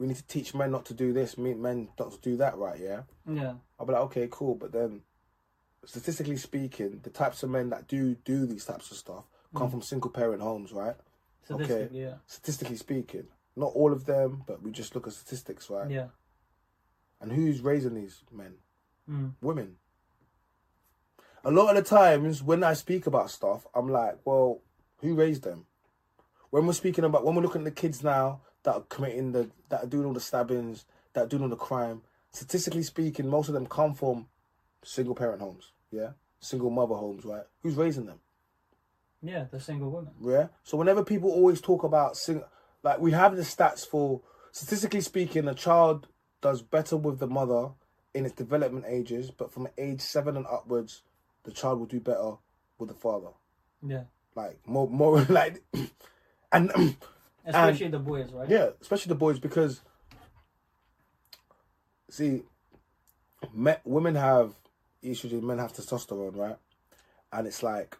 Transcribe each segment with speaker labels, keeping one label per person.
Speaker 1: need to teach men not to do this, me- men not to do that, right? Yeah.
Speaker 2: Yeah.
Speaker 1: I'll be like, okay, cool. But then, statistically speaking, the types of men that do do these types of stuff come from single parent homes, right?
Speaker 2: So
Speaker 1: Okay.
Speaker 2: this could- yeah.
Speaker 1: Statistically speaking, not all of them, but we just look at statistics, right?
Speaker 2: Yeah.
Speaker 1: And who's raising these men?
Speaker 2: Mm.
Speaker 1: Women. A lot of the times when I speak about stuff, I'm like, well, who raised them? When we're speaking about, when we're looking at the kids now that are committing the, that are doing all the stabbings, that are doing all the crime, statistically speaking, most of them come from single parent homes, yeah? Single mother homes, right? Who's raising them?
Speaker 2: Yeah, the single woman.
Speaker 1: Yeah. So whenever people always talk about sing, like we have the stats for statistically speaking, a child does better with the mother in its development ages, but from age seven and upwards, the child will do better with the father.
Speaker 2: Yeah.
Speaker 1: Like more, more like, and
Speaker 2: Especially the boys, right?
Speaker 1: yeah, especially the boys because see, me, women have estrogen, men have testosterone, right? And it's like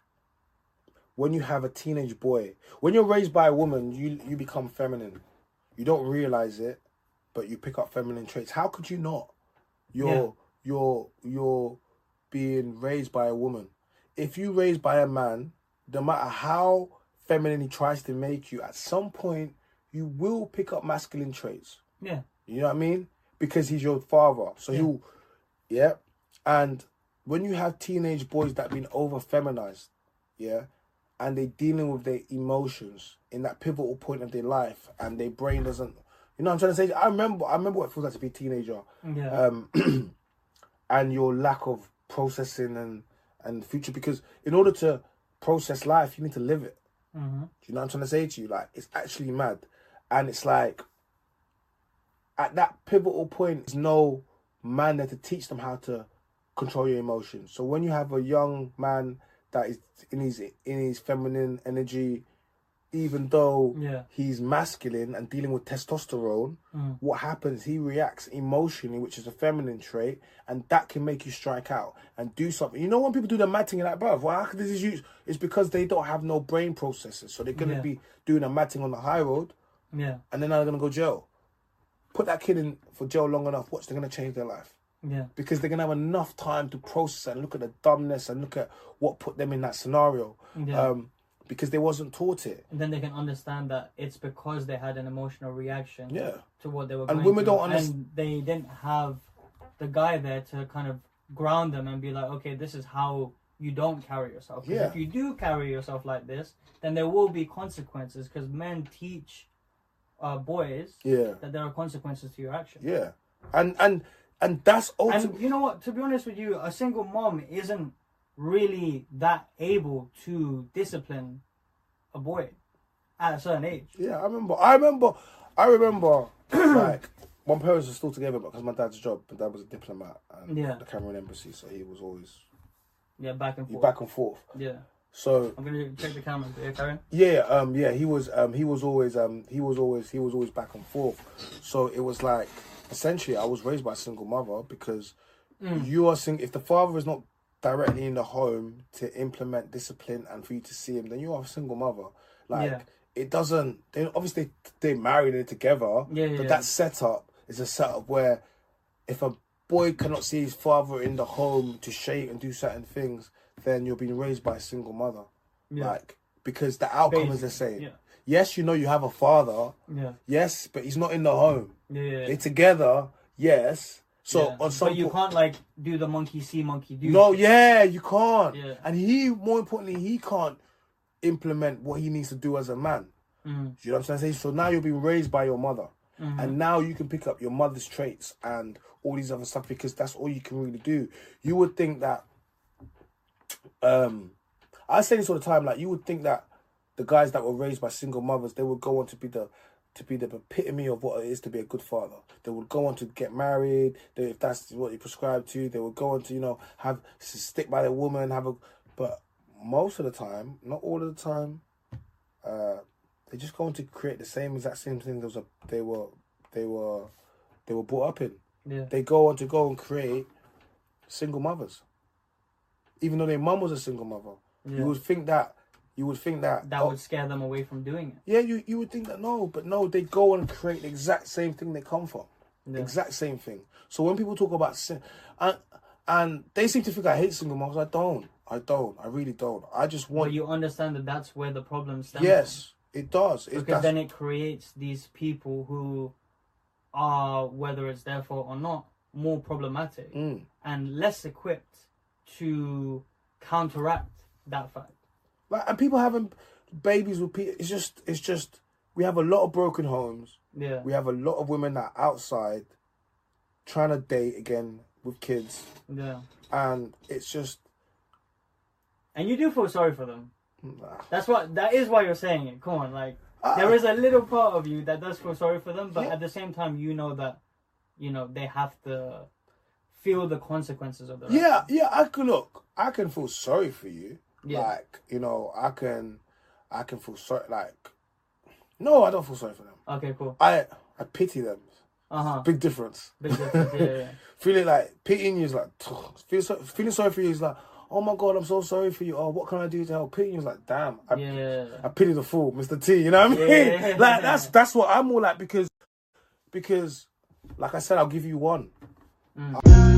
Speaker 1: when you have a teenage boy, when you're raised by a woman, you you become feminine. You don't realize it, but you pick up feminine traits. How could you not? You're you're you're being raised by a woman. If you raised by a man, no matter how feminine he tries to make you, at some point you will pick up masculine traits.
Speaker 2: Yeah.
Speaker 1: You know what I mean? Because he's your father. So he'll yeah. And when you have teenage boys that been over feminized, yeah, and they dealing with their emotions in that pivotal point of their life and their brain doesn't you know what I'm trying to say? I remember I remember what it feels like to be a teenager
Speaker 2: Yeah.
Speaker 1: um, and your lack of processing and and future because in order to process life you need to live it
Speaker 2: hmm
Speaker 1: do you know what I'm trying to say to you? Like, it's actually mad. And it's like, at that pivotal point, there's no man there to teach them how to control your emotions. So when you have a young man that is in his in his feminine energy, even though
Speaker 2: Yeah.
Speaker 1: he's masculine and dealing with testosterone,
Speaker 2: Mm.
Speaker 1: what happens? He reacts emotionally, which is a feminine trait, and that can make you strike out and do something. You know when people do the mad thing, you're like, bruv, why could this is you? It's because they don't have no brain processes, so they're gonna
Speaker 2: Yeah.
Speaker 1: be doing a mad thing on the high road,
Speaker 2: Yeah.
Speaker 1: and then they're gonna go jail. Put that kid in for jail long enough. Watch, they're gonna change their life
Speaker 2: Yeah.
Speaker 1: because they're gonna have enough time to process and look at the dumbness and look at what put them in that scenario.
Speaker 2: Yeah.
Speaker 1: Um, because they wasn't taught it.
Speaker 2: And then they can understand that it's because they had an emotional reaction
Speaker 1: Yeah.
Speaker 2: to what they were
Speaker 1: And
Speaker 2: going
Speaker 1: women
Speaker 2: through,
Speaker 1: don't underst-
Speaker 2: and they didn't have the guy there to kind of ground them and be like, okay, this is how you don't carry yourself. 'Cause
Speaker 1: Yeah.
Speaker 2: If you do carry yourself like this, then there will be consequences because men teach uh, boys
Speaker 1: Yeah.
Speaker 2: that there are consequences to your actions.
Speaker 1: Yeah. And and and that's ultimately
Speaker 2: And you know what? To be honest with you, a single mom isn't really that able to discipline a boy at a certain age.
Speaker 1: Yeah, I remember. I remember. I remember. like my parents were still together, but because my dad's job, my dad was a diplomat and
Speaker 2: Yeah.
Speaker 1: the Cameroon embassy, so he was always
Speaker 2: Yeah, back and
Speaker 1: he
Speaker 2: forth.
Speaker 1: back and forth.
Speaker 2: Yeah,
Speaker 1: So
Speaker 2: I'm gonna check the camera. Yeah, Karen.
Speaker 1: yeah, um, yeah, he was, um, he was always, um, he was always, he was always back and forth. So it was like essentially, I was raised by a single mother because
Speaker 2: Mm.
Speaker 1: you are sing. If the father is not directly in the home to implement discipline and for you to see him, then you are a single mother. Like
Speaker 2: Yeah.
Speaker 1: it doesn't. They obviously they married and together.
Speaker 2: Yeah, yeah,
Speaker 1: But
Speaker 2: yeah.
Speaker 1: that setup is a setup where if a boy cannot see his father in the home to shape and do certain things, then you're being raised by a single mother.
Speaker 2: Yeah.
Speaker 1: Like because the outcome is the
Speaker 2: Basically,
Speaker 1: same.
Speaker 2: yeah.
Speaker 1: Yes, you know you have a father.
Speaker 2: Yeah,
Speaker 1: Yes, but he's not in the home.
Speaker 2: yeah, yeah.
Speaker 1: They're together. Yes. So
Speaker 2: yeah.
Speaker 1: on some
Speaker 2: but you
Speaker 1: po-
Speaker 2: can't like do the monkey see, monkey do.
Speaker 1: no, yeah, you can't.
Speaker 2: Yeah.
Speaker 1: And he, more importantly, he can't implement what he needs to do as a man.
Speaker 2: Mm. Mm-hmm.
Speaker 1: Do you know what I'm saying? So now you're being raised by your mother, and now you can pick up your mother's traits and all these other stuff because that's all you can really do. You would think that, um, I say this all the time. Like you would think that the guys that were raised by single mothers, they would go on to be the to be the epitome of what it is to be a good father. They would go on to get married. They, if that's what you prescribe to, they would go on to you know have stick by their woman, have a. But most of the time, not all of the time, uh, they're just going to create the same exact same thing. There was a they were they were they were brought up in.
Speaker 2: Yeah,
Speaker 1: They go on to go and create single mothers, even though their mum was a single mother.
Speaker 2: Yeah.
Speaker 1: You would think that You would think that
Speaker 2: that
Speaker 1: oh,
Speaker 2: would scare them away from doing it.
Speaker 1: yeah, you you would think that no, but no, they go and create the exact same thing they come from,
Speaker 2: Yeah.
Speaker 1: exact same thing. So when people talk about sin, and and they seem to think I hate single moms, I don't, I don't, I really don't. I just
Speaker 2: But
Speaker 1: want
Speaker 2: you understand that that's where the problem stems.
Speaker 1: yes, it does. It,
Speaker 2: from.
Speaker 1: that's,
Speaker 2: because then it creates these people who are, whether it's their fault or not, more problematic
Speaker 1: mm,
Speaker 2: and less equipped to counteract that fact.
Speaker 1: like, and people having babies with people, it's just it's just we have a lot of broken homes.
Speaker 2: Yeah,
Speaker 1: We have a lot of women that are outside trying to date again with kids,
Speaker 2: yeah.
Speaker 1: and it's just
Speaker 2: And you do feel sorry for them.
Speaker 1: nah.
Speaker 2: That's what. That is why you're saying it. Come on, like.
Speaker 1: I-
Speaker 2: there is a little part of you that does feel sorry for them, but
Speaker 1: Uh, Yeah.
Speaker 2: at the same time, you know that, you know, they have to feel the consequences of their
Speaker 1: Yeah, yeah, I can look. I can feel sorry for you.
Speaker 2: Yeah.
Speaker 1: Like you know, I can, I can feel sorry. Like, no, I don't feel sorry for them.
Speaker 2: actions. Okay, cool.
Speaker 1: I I pity them.
Speaker 2: Uh huh.
Speaker 1: Big difference.
Speaker 2: Big difference. yeah, yeah, yeah.
Speaker 1: Feeling like pitying you is like feel so, feeling sorry for you is like oh my god, I'm so sorry for you. Oh, what can I do to help? Pitying you is like damn, I,
Speaker 2: Yeah.
Speaker 1: I pity the fool, Mr. T. You know what I mean?
Speaker 2: Yeah.
Speaker 1: like that's that's what I'm all like because because like I said, I'll give you one.
Speaker 2: Mm.